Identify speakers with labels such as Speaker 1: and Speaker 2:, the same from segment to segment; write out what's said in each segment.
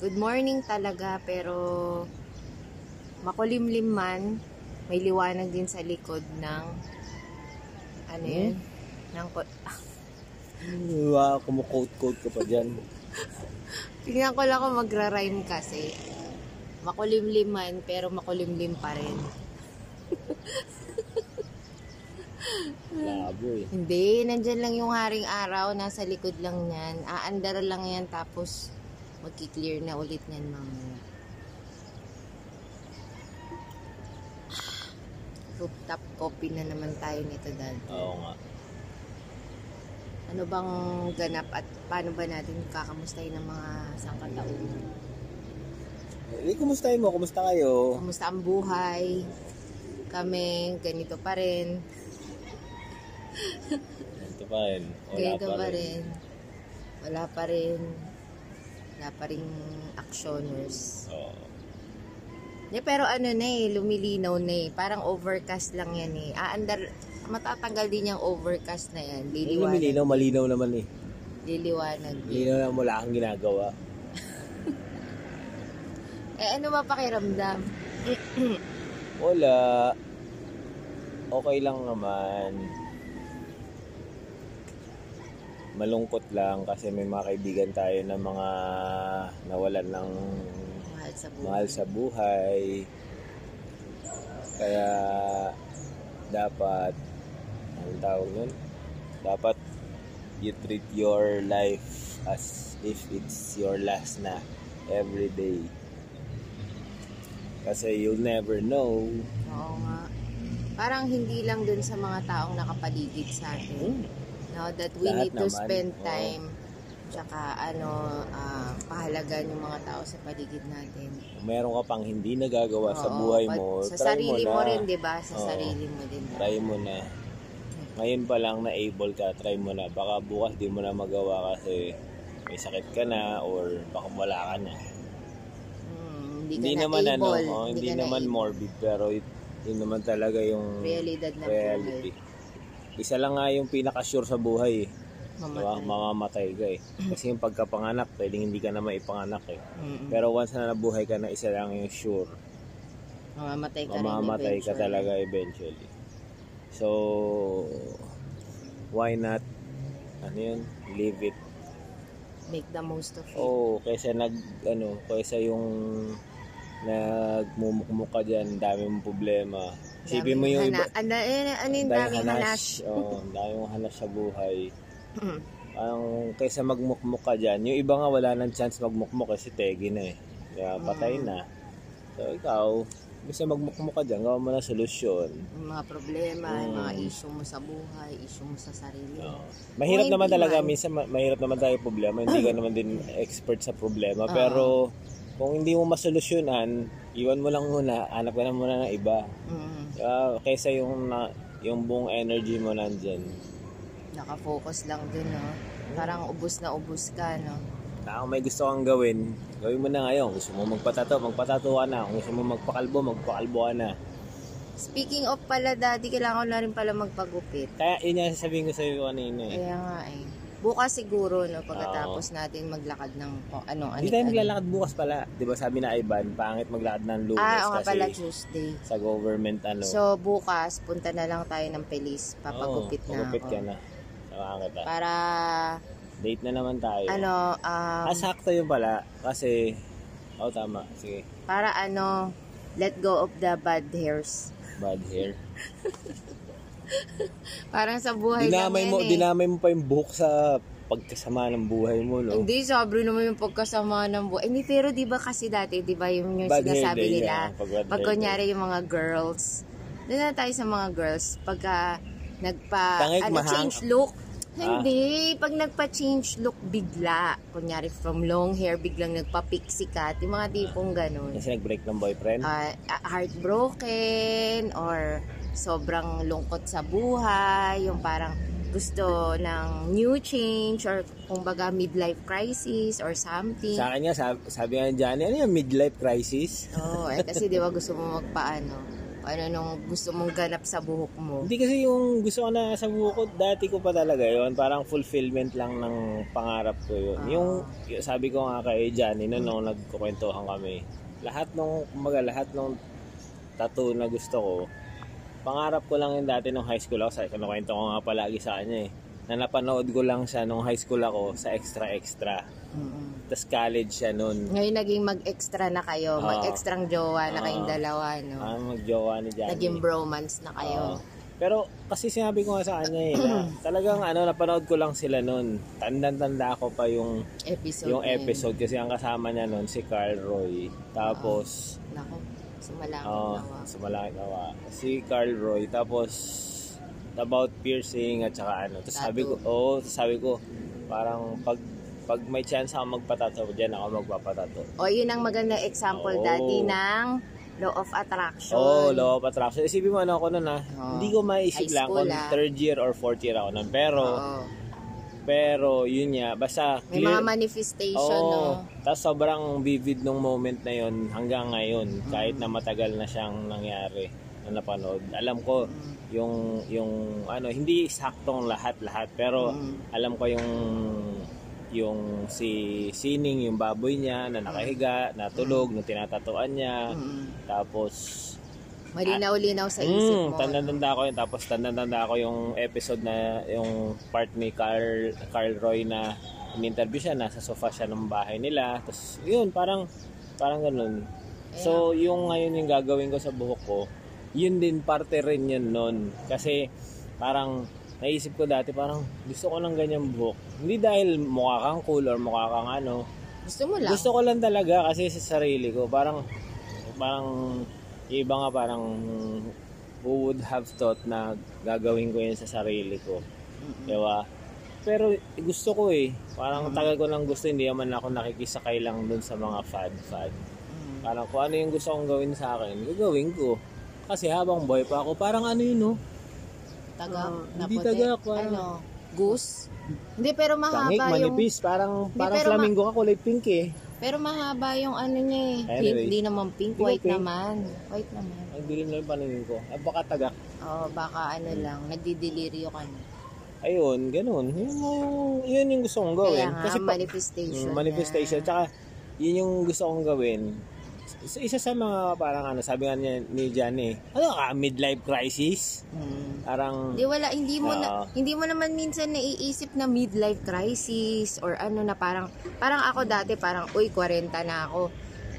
Speaker 1: Malamig talaga pero makulimlim man, may liwanag din sa likod ng ano yun? Ng, ko- ah,
Speaker 2: Wow, kumukote-coat ka pa dyan.
Speaker 1: Tingnan ko lang kung magra-rhyme kasi. Makulimlim man, pero makulimlim pa rin.
Speaker 2: Labo eh.
Speaker 1: Hindi, nandyan lang yung haring araw, nasa likod lang yan. Aandar lang yan, tapos magki-clear na ulit yan mamaya. Rooftop coffee na naman tayo nito, Dan.
Speaker 2: Oo nga.
Speaker 1: Ano bang ganap at paano ba natin kakamustahin ng mga sangkatauhan?
Speaker 2: Eh, kumusta mo? Kumusta kayo?
Speaker 1: Kumusta ang buhay? Kami, ganito pa rin.
Speaker 2: Ito pa rin. Wala
Speaker 1: Ganito
Speaker 2: pa
Speaker 1: pa
Speaker 2: rin.
Speaker 1: rin. Wala pa rin. Wala pa rin actioners.
Speaker 2: Oo.
Speaker 1: Yeah, pero ano na eh, lumilinaw na eh. Parang overcast lang yan eh. Aandar, matatanggal din yung overcast na yan.
Speaker 2: Hindi
Speaker 1: Liliwanag.
Speaker 2: lumilinaw, malinaw naman eh.
Speaker 1: Liliwanag.
Speaker 2: Malinaw na wala kang ginagawa.
Speaker 1: Eh ano ba pakiramdam?
Speaker 2: Wala. Okay lang naman. Malungkot lang kasi may mga kaibigan tayo na mga nawalan ng
Speaker 1: Mahal sa buhay.
Speaker 2: mahal sa buhay. Kaya dapat, ang tawag nun? Dapat you treat your life as if it's your last na every day. Kasi you'll never know.
Speaker 1: Oo nga. Parang hindi lang dun sa mga taong nakapaligid sa atin. No, that we
Speaker 2: Hmm. Lahat
Speaker 1: need to
Speaker 2: naman,
Speaker 1: spend
Speaker 2: oo.
Speaker 1: time. Tsaka ano, ah, pahalagan yung mga tao sa paligid natin.
Speaker 2: Kung meron ka pang hindi nagagawa Diba, sa
Speaker 1: Oo,
Speaker 2: buhay
Speaker 1: pag-
Speaker 2: mo, try
Speaker 1: Sa
Speaker 2: mo
Speaker 1: sarili
Speaker 2: na.
Speaker 1: mo, rin, di ba? Sa
Speaker 2: Oo.
Speaker 1: sarili mo din. ba?
Speaker 2: Try mo na. Ngayon pa lang na able ka, try mo na. Baka bukas di mo na magawa kasi may sakit ka na or baka wala ka na.
Speaker 1: Hmm, hindi ka
Speaker 2: Hindi
Speaker 1: na
Speaker 2: naman ano,
Speaker 1: able.
Speaker 2: oh, hindi
Speaker 1: ka na
Speaker 2: naman
Speaker 1: able.
Speaker 2: morbid pero it, yun naman talaga yung
Speaker 1: Realidad na
Speaker 2: reality. Isa lang nga yung pinaka-sure sa buhay eh. Diba?
Speaker 1: Mamatay.
Speaker 2: Mamamatay ka eh. Kasi yung pagkapanganak, pwedeng hindi ka na maipanganak eh.
Speaker 1: Mm-mm.
Speaker 2: Pero once na nabuhay ka na, isa lang yung sure.
Speaker 1: Mamamatay ka rin
Speaker 2: mamamatay ka
Speaker 1: eventually.
Speaker 2: talaga eventually. So, why not, ano yun, live it.
Speaker 1: Make the most of it.
Speaker 2: Oo, kaysa nag, ano, kaysa yung nagmumukmuk ka dyan, dami mong problema. Isipin mo yung
Speaker 1: hana- Ano, ano, ano yung daming hanas?
Speaker 2: Oo, ang dami mong hanas sa buhay.
Speaker 1: Mm.
Speaker 2: Ang kaysa magmukmuk ka dyan, yung iba nga wala nang chance magmukmuk kasi tegi na eh. Kaya patay
Speaker 1: Mm.
Speaker 2: na. So ikaw, kaysa magmukmuk ka dyan, gawa mo na solusyon.
Speaker 1: Yung mga problema, yung
Speaker 2: Mm.
Speaker 1: mga issue mo sa buhay, issue mo sa sarili. mo.
Speaker 2: Oo. Mahirap
Speaker 1: Kung
Speaker 2: naman
Speaker 1: hindi
Speaker 2: talaga,
Speaker 1: man.
Speaker 2: minsan ma- mahirap naman tayo problema, hindi
Speaker 1: Ah.
Speaker 2: ka naman din expert sa problema,
Speaker 1: Oo.
Speaker 2: pero kung hindi mo masolusyonan, iwan mo lang muna, hanap ka na muna ng iba.
Speaker 1: Mm.
Speaker 2: Ah, kaysa yung na, yung buong energy mo nandyan.
Speaker 1: Nakafocus lang dun, no? Parang ubus na ubus ka, no?
Speaker 2: Na kung may gusto kang gawin, gawin mo na ngayon. Gusto mo magpatato, magpatato ka na. Kung gusto mo magpakalbo, magpakalbo ka na.
Speaker 1: Speaking of pala, daddy, kailangan ko na rin pala magpagupit.
Speaker 2: Kaya yun yung sasabihin ko sa'yo kanina eh.
Speaker 1: Kaya nga eh. Bukas siguro, no, pagkatapos natin maglakad ng kung
Speaker 2: Ah.
Speaker 1: anong
Speaker 2: Hindi tayo maglalakad bukas pala. Di ba sabi na Ivan, pangit maglakad ng lunes
Speaker 1: Ah, oo nga pala,
Speaker 2: kasi
Speaker 1: Tuesday.
Speaker 2: sa government ano.
Speaker 1: So, bukas, punta na lang tayo ng Pelis. Papagupit
Speaker 2: Oo,
Speaker 1: na
Speaker 2: pagupit
Speaker 1: ako.
Speaker 2: Oh, ka na. Samahan kita.
Speaker 1: Para,
Speaker 2: Date na naman tayo.
Speaker 1: ano, um,
Speaker 2: Ah, sakto yun pala. Kasi, oh tama. Sige.
Speaker 1: para ano, let go of the bad hairs.
Speaker 2: Bad hair.
Speaker 1: Parang sa buhay
Speaker 2: Dinamay
Speaker 1: lang
Speaker 2: mo,
Speaker 1: yan eh.
Speaker 2: dinamay mo pa yung buhok sa pagkasama ng buhay mo, no?
Speaker 1: Hindi, sobra naman yung pagkasama ng buhay. Hindi, pero di ba kasi dati, di ba yung, yung
Speaker 2: Bad hair
Speaker 1: sinasabi
Speaker 2: day,
Speaker 1: nila,
Speaker 2: ah, pag bad
Speaker 1: pag
Speaker 2: hair
Speaker 1: kunyari yung mga girls, doon na tayo sa mga girls, pagka nagpa,
Speaker 2: Tangay,
Speaker 1: ano,
Speaker 2: mahang-
Speaker 1: change look.
Speaker 2: Ah.
Speaker 1: Hindi, pag nagpa-change look bigla, kunyari from long hair, biglang nagpa-pixie cut, yung mga tipong ganun.
Speaker 2: Kasi nag-break ng boyfriend.
Speaker 1: Ah, heartbroken or sobrang lungkot sa buhay, yung parang gusto ng new change or kumbaga midlife crisis or something.
Speaker 2: Sa akin nga, sabi, sabi nga ni Johnny, ano yung midlife crisis?
Speaker 1: Oo, eh, kasi di ba gusto mo magpaano, O ano nung gusto mong ganap sa buhok mo.
Speaker 2: Hindi kasi yung gusto ko na sa bukod, dati ko pa talaga yon Parang fulfillment lang ng pangarap ko yun.
Speaker 1: Ah.
Speaker 2: Yung yung sabi ko nga kay Johnny noon nung nagkukwentuhan kami, lahat nung, kumbaga, lahat nung tattoo na gusto ko, pangarap ko lang yung dati nung high school ako. Sa kinukwento ko nga palagi sa kanya eh. Na napanood ko lang siya nung high school ako sa Extra Extra.
Speaker 1: Mm-mm.
Speaker 2: Tapos college siya noon.
Speaker 1: Ngayon naging mag-extra na kayo,
Speaker 2: Ah.
Speaker 1: mag-extrang jowa
Speaker 2: Ah.
Speaker 1: na kayong dalawa, no?
Speaker 2: Ah, magjowa ni Johnny.
Speaker 1: Naging bromance na
Speaker 2: Oo.
Speaker 1: kayo.
Speaker 2: pero kasi sinabi ko nga sa kanya eh, na talagang ano, napanood ko lang sila noon. Tandang-tanda ko pa yung, Ah.
Speaker 1: episode.
Speaker 2: yung
Speaker 1: na yun.
Speaker 2: episode kasi ang kasama niya noon si Carl Roy. Tapos,
Speaker 1: Nako, sumalakot
Speaker 2: oh,
Speaker 1: na ako.
Speaker 2: sumalaki na wa. Si Carl Roy. Tapos, about piercing at saka ano. Tapos sabi ko, oo, tapos sabi ko, parang pag pag may chance ako magpatato, diyan ako magpapatato.
Speaker 1: O, yun ang magandang example
Speaker 2: Oo.
Speaker 1: dati ng law of attraction.
Speaker 2: Oo, oh, law of attraction. Isipin mo ano ako noon ha.
Speaker 1: Oo.
Speaker 2: Hindi ko maisip
Speaker 1: High
Speaker 2: lang
Speaker 1: school,
Speaker 2: kung
Speaker 1: ah.
Speaker 2: third year or fourth year ako noon. Pero,
Speaker 1: Oo.
Speaker 2: Pero yun nga, basta
Speaker 1: May mga manifestation,
Speaker 2: Oo.
Speaker 1: no?
Speaker 2: Tapos sobrang vivid nung moment na yun hanggang
Speaker 1: Mm.
Speaker 2: ngayon, kahit na matagal na siyang nangyari na napanood. Alam ko
Speaker 1: Mm.
Speaker 2: yung yung ano, hindi saktong lahat-lahat pero
Speaker 1: Mm.
Speaker 2: alam ko yung yung si Sining, yung baboy niya na nakahiga, natulog, nung tinatatuan niya.
Speaker 1: Mm.
Speaker 2: Tapos
Speaker 1: Malinaw-linaw sa isip
Speaker 2: Hmm,
Speaker 1: mo.
Speaker 2: Tanda-tanda ko Mm, yun. Tapos tanda-tanda ko yung episode na yung part ni Carl, Carl Roy na in-interview siya. Nasa sofa siya ng bahay nila. Tapos yun, parang, parang ganun. So, yung ngayon yung gagawin ko sa buhok ko, yun din parte rin yun nun. Kasi parang naisip ko dati parang gusto ko ng ganyang buhok. Hindi dahil mukha kang cool or mukha kang ano,
Speaker 1: Gusto mo lang.
Speaker 2: gusto ko lang talaga kasi sa sarili ko, parang, parang, yung iba nga parang, who would have thought na gagawin ko yun sa sarili ko.
Speaker 1: Mm-mm.
Speaker 2: Diba? Pero gusto ko eh. Parang tagal ko nang gusto, hindi naman ako nakikisakay lang dun sa mga fad-fad.
Speaker 1: Mm.
Speaker 2: Parang kung ano yung gusto kong gawin sa akin, gagawin ko. Kasi habang boy pa ako, parang ano yun no?
Speaker 1: Tagak
Speaker 2: Ah,
Speaker 1: na
Speaker 2: hindi
Speaker 1: puti.
Speaker 2: tagak, parang-
Speaker 1: Ano? Goose? Hindi, pero mahaba
Speaker 2: Tangik,
Speaker 1: yung...
Speaker 2: manipis. Parang,
Speaker 1: Hindi,
Speaker 2: parang
Speaker 1: pero ma-
Speaker 2: flamingo ka, kulay pink eh.
Speaker 1: Pero mahaba yung ano niya eh.
Speaker 2: Anyway.
Speaker 1: Pink, Hindi naman pink,
Speaker 2: Hindi
Speaker 1: white
Speaker 2: pink.
Speaker 1: naman. White naman.
Speaker 2: Ang dilim na yung paningin ko. Ay, baka tagak.
Speaker 1: Oo, baka ano lang, nagdidelirio ka na.
Speaker 2: Ayun, ganun. Yun, yung- yun yung gusto kong gawin.
Speaker 1: Kaya nga,
Speaker 2: Kasi pa-
Speaker 1: manifestation.
Speaker 2: Mm, manifestation.
Speaker 1: na.
Speaker 2: Tsaka, yun yung gusto kong gawin. Isa- Isa sa mga parang ano, sabi nga niya, ni Johnny, ano ka, midlife crisis?
Speaker 1: Mm.
Speaker 2: Parang,
Speaker 1: Di wala, hindi mo na,
Speaker 2: Oo.
Speaker 1: hindi mo naman minsan naiisip na midlife crisis or ano na parang parang ako dati parang uy 40 na ako.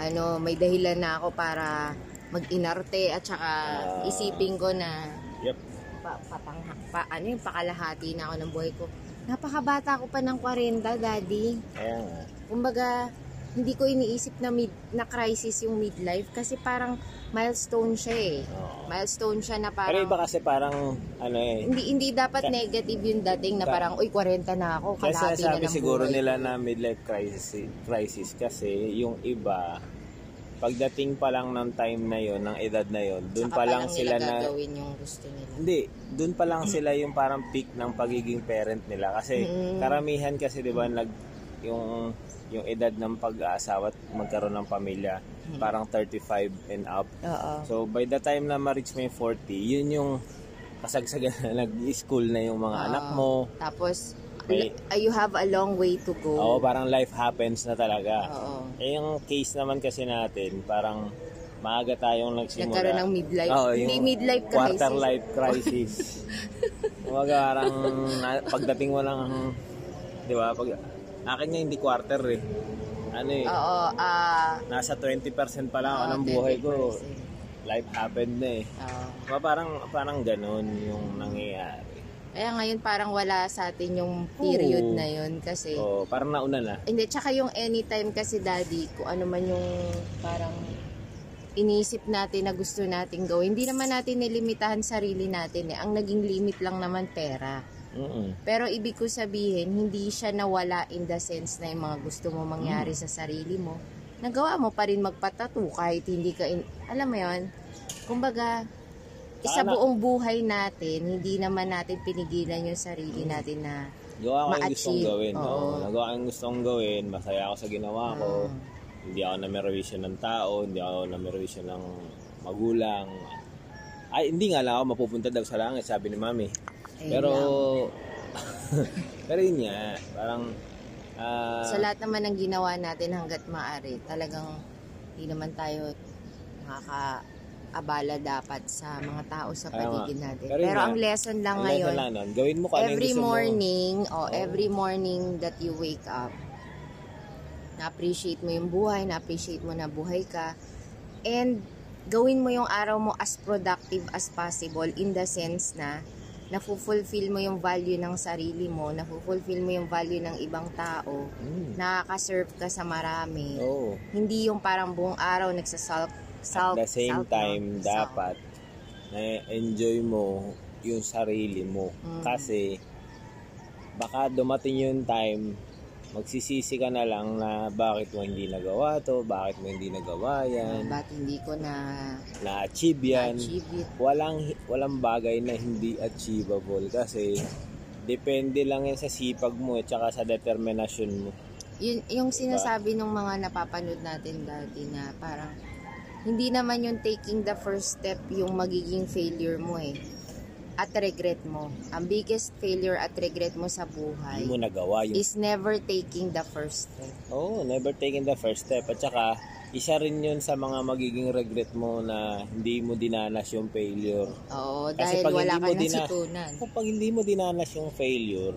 Speaker 1: Ano, may dahilan na ako para mag-inarte at saka
Speaker 2: Ah.
Speaker 1: isipin ko na
Speaker 2: yep.
Speaker 1: pa, patang, pa, ano yung pakalahati na ako ng buhay ko. Napakabata ko pa ng 40, daddy.
Speaker 2: Ayan nga.
Speaker 1: Kumbaga, hindi ko iniisip na mid, na crisis yung midlife kasi parang milestone siya eh.
Speaker 2: Oo.
Speaker 1: Milestone siya na
Speaker 2: Pero
Speaker 1: parang
Speaker 2: iba kasi parang, ano eh,
Speaker 1: hindi hindi dapat negative yung dating na parang uy 40 na ako
Speaker 2: kasi
Speaker 1: kalahati na
Speaker 2: sabi
Speaker 1: ng
Speaker 2: siguro
Speaker 1: buhay.
Speaker 2: nila na midlife crisis, crisis kasi yung iba, pagdating pa lang ng time na yon ng edad na yon dun
Speaker 1: Saka
Speaker 2: pa lang
Speaker 1: nila
Speaker 2: sila na,
Speaker 1: gagawin yung gusto nila.
Speaker 2: Hindi, doon pa lang sila yung parang peak ng pagiging parent nila kasi
Speaker 1: Mm.
Speaker 2: karamihan kasi 'di ba nag yung yung edad ng pag-aasawa at magkaroon ng pamilya
Speaker 1: Mm.
Speaker 2: parang 35 and up.
Speaker 1: Oo.
Speaker 2: So by the time na ma-reach mo yung 40, yun yung kasagsagan na nag-school na yung mga
Speaker 1: Ah.
Speaker 2: anak mo.
Speaker 1: Tapos
Speaker 2: May-
Speaker 1: uh, you have a long way to
Speaker 2: Oo,
Speaker 1: go.
Speaker 2: parang life happens na talaga.
Speaker 1: Oo.
Speaker 2: Eh yung case naman kasi natin, parang maaga tayong nagsimula.
Speaker 1: Nagkaroon ng midlife.
Speaker 2: Oo,
Speaker 1: hindi
Speaker 2: yung
Speaker 1: midlife crisis.
Speaker 2: Quarter life crisis. Kumbaga parang na- pagdating mo lang, di ba? Pag, akin nga hindi quarter eh. Ano eh,
Speaker 1: Oo, ah
Speaker 2: nasa 20% pa lang ako
Speaker 1: oo,
Speaker 2: ng buhay ko.
Speaker 1: 20%.
Speaker 2: Life happened na eh.
Speaker 1: Oo.
Speaker 2: Kumbaga parang, parang ganun yung nangyayari.
Speaker 1: Kaya ngayon parang wala sa atin yung
Speaker 2: Oo.
Speaker 1: period na yun kasi
Speaker 2: O, parang nauna na.
Speaker 1: Hindi, tsaka yung anytime kasi daddy, kung ano man yung parang inisip natin na gusto natin gawin, hindi naman natin nilimitahan sarili natin eh. Ang naging limit lang naman pera.
Speaker 2: Mm-mm.
Speaker 1: Pero ibig ko sabihin, hindi siya nawala in the sense na yung mga gusto mo mangyari sa sarili mo. Nagawa mo pa rin magpatato kahit hindi ka, in- alam mo yon Kumbaga, isa
Speaker 2: Tama.
Speaker 1: buong buhay natin, hindi naman natin pinigilan yung sarili natin na
Speaker 2: Gawa ko yung gusto kong
Speaker 1: Ma-achieve.
Speaker 2: gawin.
Speaker 1: Oo.
Speaker 2: Oo, nagawa ko yung gusto kong gawin. Masaya ako sa ginawa ko.
Speaker 1: Mm.
Speaker 2: Hindi ako namerwisyo ng tao. Hindi ako namerwisyo ng magulang. Ay, hindi nga lang ako mapupunta daw sa langit, sabi ni Mami.
Speaker 1: Ayun
Speaker 2: Pero,
Speaker 1: lang.
Speaker 2: pero yun nga, parang, ah,
Speaker 1: sa lahat naman ng ginawa natin hanggat maaari, talagang hindi naman tayo nakakaabala dapat sa mga tao
Speaker 2: Kaya
Speaker 1: sa
Speaker 2: nga.
Speaker 1: paligid natin.
Speaker 2: Pero
Speaker 1: Pero,
Speaker 2: yun nga,
Speaker 1: ang lesson lang
Speaker 2: ang
Speaker 1: ngayon,
Speaker 2: lesson lang nun, gawin mo kung ano yung
Speaker 1: every
Speaker 2: gusto mo.
Speaker 1: morning, oh,
Speaker 2: Oo.
Speaker 1: every morning that you wake up, na-appreciate mo yung buhay, na-appreciate mo na buhay ka, and gawin mo yung araw mo as productive as possible in the sense na nafu-fulfill mo yung value ng sarili mo, nafu-fulfill mo yung value ng ibang tao,
Speaker 2: Mm.
Speaker 1: nakaka-serve ka sa marami.
Speaker 2: Oo.
Speaker 1: Hindi yung parang buong araw nagsasalk,
Speaker 2: At
Speaker 1: salk,
Speaker 2: the same
Speaker 1: salk, no?
Speaker 2: time,
Speaker 1: Salk.
Speaker 2: dapat na enjoy mo yung sarili mo.
Speaker 1: Mm.
Speaker 2: Kasi, baka dumating yung time, magsisisi ka na lang na bakit mo hindi nagawa to, bakit mo hindi nagawa yan,
Speaker 1: Ba't hindi ko na
Speaker 2: na-achieve yan.
Speaker 1: achieve it?
Speaker 2: Walang, walang bagay na hindi achievable kasi depende lang yan sa sipag mo at saka sa determinasyon mo.
Speaker 1: Yun, yung
Speaker 2: Diba?
Speaker 1: sinasabi ng mga napapanood natin dati na parang hindi naman yung taking the first step yung magiging failure mo eh at regret mo. Ang biggest failure at regret mo sa
Speaker 2: Hindi mo
Speaker 1: buhay
Speaker 2: nagawa yung
Speaker 1: is never taking the first step.
Speaker 2: Oo, never taking the first step. At saka, isa rin yun sa mga magiging regret mo na hindi mo dinanas yung failure.
Speaker 1: Oo,
Speaker 2: Kasi
Speaker 1: dahil
Speaker 2: pag
Speaker 1: wala
Speaker 2: hindi
Speaker 1: ka
Speaker 2: mo
Speaker 1: nang
Speaker 2: dina-
Speaker 1: situnan.
Speaker 2: Kung pag hindi mo dinanas yung failure,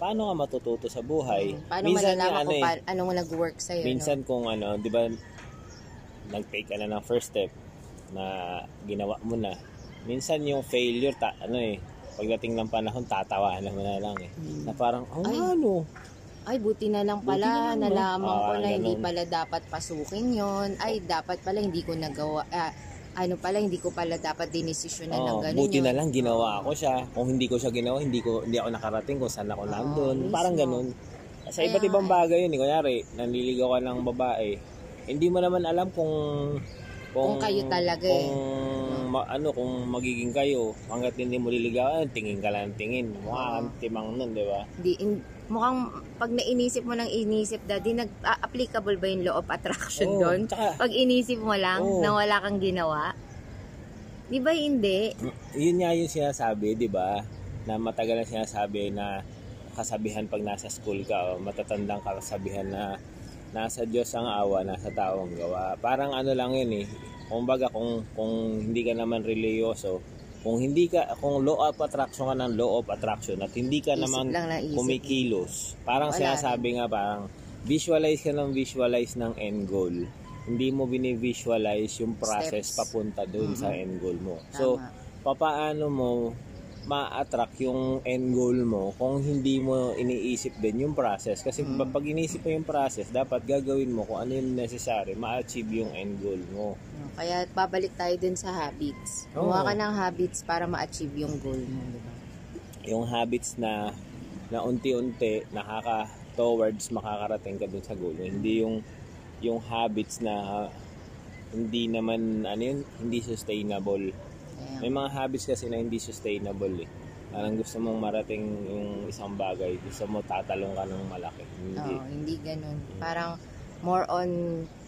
Speaker 2: paano ka matututo sa buhay?
Speaker 1: Mm, Paano
Speaker 2: nga
Speaker 1: malalaman
Speaker 2: ano
Speaker 1: kung
Speaker 2: eh,
Speaker 1: pa- anong nag-work sa'yo?
Speaker 2: Minsan kung ano, di ba, nag-take ka na ng first step na ginawa mo na. Minsan yung failure, ta- ano eh, pagdating ng panahon, tatawanan mo na lang eh.
Speaker 1: Hmm.
Speaker 2: Na parang, oh,
Speaker 1: Ay.
Speaker 2: ano,
Speaker 1: Ay, buti na lang
Speaker 2: Buti na
Speaker 1: pala,
Speaker 2: lang, no?
Speaker 1: nalaman
Speaker 2: Ah,
Speaker 1: ko na hindi
Speaker 2: ganun.
Speaker 1: pala dapat pasukin yon Ay, dapat pala hindi ko nagawa, ah, ano pala, hindi ko pala dapat dinesisyonan ng
Speaker 2: Oo,
Speaker 1: ganun
Speaker 2: buti
Speaker 1: yun.
Speaker 2: na lang ginawa ko siya. Kung hindi ko siya ginawa, hindi ko hindi ako nakarating kung saan ako
Speaker 1: Oo,
Speaker 2: nandun.
Speaker 1: Ah, mismo.
Speaker 2: Parang ganun. Sa
Speaker 1: Kaya
Speaker 2: iba't
Speaker 1: nga
Speaker 2: ibang
Speaker 1: eh.
Speaker 2: bagay yun. eh. Kunyari, nanliligaw ka ng babae. Hindi mo naman alam kung
Speaker 1: Kung kayo talaga eh.
Speaker 2: kung ma- ano kung magiging kayo hangga't hindi mo liligawan tingin ka lang ng tingin mukha kang timang nun di ba
Speaker 1: Di, in- mukhang pag nainisip mo ng inisip, daddy, nag-applicable ba yung law of attraction
Speaker 2: Oo,
Speaker 1: doon?
Speaker 2: tsaka
Speaker 1: Pag inisip mo lang
Speaker 2: Oo.
Speaker 1: na wala kang ginawa? Di ba hindi?
Speaker 2: yun nga yung sinasabi, di ba? Na matagal na sinasabi na kasabihan pag nasa school ka, o matatandang kasabihan na nasa Diyos ang awa, nasa tao ang gawa. Parang ano lang yun eh. Kung baga, kung, kung hindi ka naman religyoso, kung hindi ka, kung law of attraction ka ng law of attraction at hindi ka
Speaker 1: Isip
Speaker 2: naman
Speaker 1: lang na isip.
Speaker 2: kumikilos, parang
Speaker 1: Wala
Speaker 2: sinasabi nga parang visualize ka ng visualize ng end goal. Hindi mo bini-visualize yung process
Speaker 1: Steps. Mm-hmm.
Speaker 2: papunta doon sa end goal mo. So,
Speaker 1: Tama.
Speaker 2: papaano mo ma-attract yung end goal mo kung hindi mo iniisip din yung process. Kasi
Speaker 1: Mm.
Speaker 2: pag iniisip mo yung process, dapat gagawin mo kung ano yung necessary, ma-achieve yung end goal mo.
Speaker 1: Kaya babalik tayo dun sa habits.
Speaker 2: Oo.
Speaker 1: Gumawa ka ng habits para ma-achieve yung goal mo, di ba?
Speaker 2: Yung habits na na unti-unti nakaka towards makakarating ka dun sa goal mo. Hindi yung yung habits na hindi naman ano yun, hindi sustainable.
Speaker 1: Ayan.
Speaker 2: May mga habits kasi na hindi sustainable eh. Parang gusto mong marating yung isang bagay, gusto mo tatalong ka ng malaki. Hindi.
Speaker 1: Oo, hindi ganun. Parang more on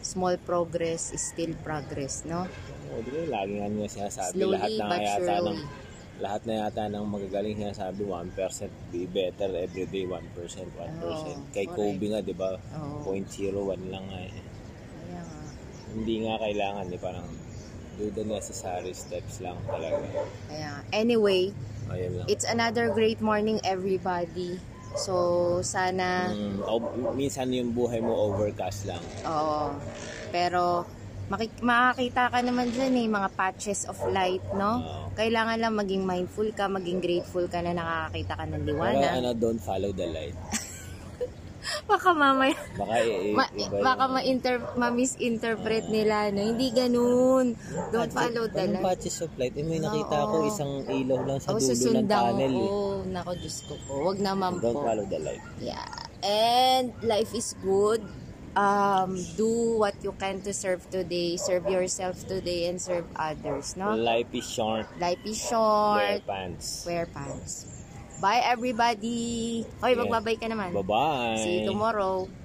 Speaker 1: small progress is still progress, no?
Speaker 2: O, Oh, di ba, lagi nga nyo sinasabi, lahat
Speaker 1: Slowly
Speaker 2: na
Speaker 1: but
Speaker 2: nga yata ng,
Speaker 1: surely.
Speaker 2: lahat na yata ng magagaling sinasabi, 1% be better every day, 1%, 1%.
Speaker 1: Oo,
Speaker 2: Kay
Speaker 1: correct.
Speaker 2: Kobe nga, di ba,
Speaker 1: Oo.
Speaker 2: 0.01 lang nga eh.
Speaker 1: Kaya nga.
Speaker 2: Hindi nga kailangan eh, parang do the necessary steps lang talaga.
Speaker 1: Kaya nga. Anyway,
Speaker 2: Ayun lang.
Speaker 1: it's another great morning everybody. So, sana,
Speaker 2: Mm, o- minsan yung buhay mo overcast lang.
Speaker 1: oo. Pero, makik- makakita ka naman dyan eh, mga patches of light, no?
Speaker 2: Oo.
Speaker 1: Kailangan lang maging mindful ka, maging grateful ka na nakakakita ka ng
Speaker 2: Pero
Speaker 1: liwanag.
Speaker 2: ano, don't follow the light.
Speaker 1: Baka mamaya,
Speaker 2: Baka i- i-
Speaker 1: Ma-
Speaker 2: iba ano. yun.
Speaker 1: baka ma-inter- ma-misinterpret nila na hindi ganun. Don't
Speaker 2: Patches-
Speaker 1: follow the
Speaker 2: anong
Speaker 1: light.
Speaker 2: patches of light? Eh, may nakita
Speaker 1: Oo.
Speaker 2: ako isang ilaw lang sa dulo
Speaker 1: O
Speaker 2: ng
Speaker 1: susundang
Speaker 2: tunnel.
Speaker 1: ko.
Speaker 2: eh.
Speaker 1: Oh, Nako, Diyos ko po. Huwag naman
Speaker 2: Don't
Speaker 1: po.
Speaker 2: follow the light.
Speaker 1: Yeah. And life is good. Um, do what you can to serve today. Serve yourself today and serve others, no?
Speaker 2: Life is short.
Speaker 1: Life is
Speaker 2: Mm. Wear
Speaker 1: short.
Speaker 2: pants.
Speaker 1: Wear pants. Bye, everybody. Hoy,
Speaker 2: Yeah.
Speaker 1: magbabay ka naman.
Speaker 2: Bye-bye.
Speaker 1: See you tomorrow.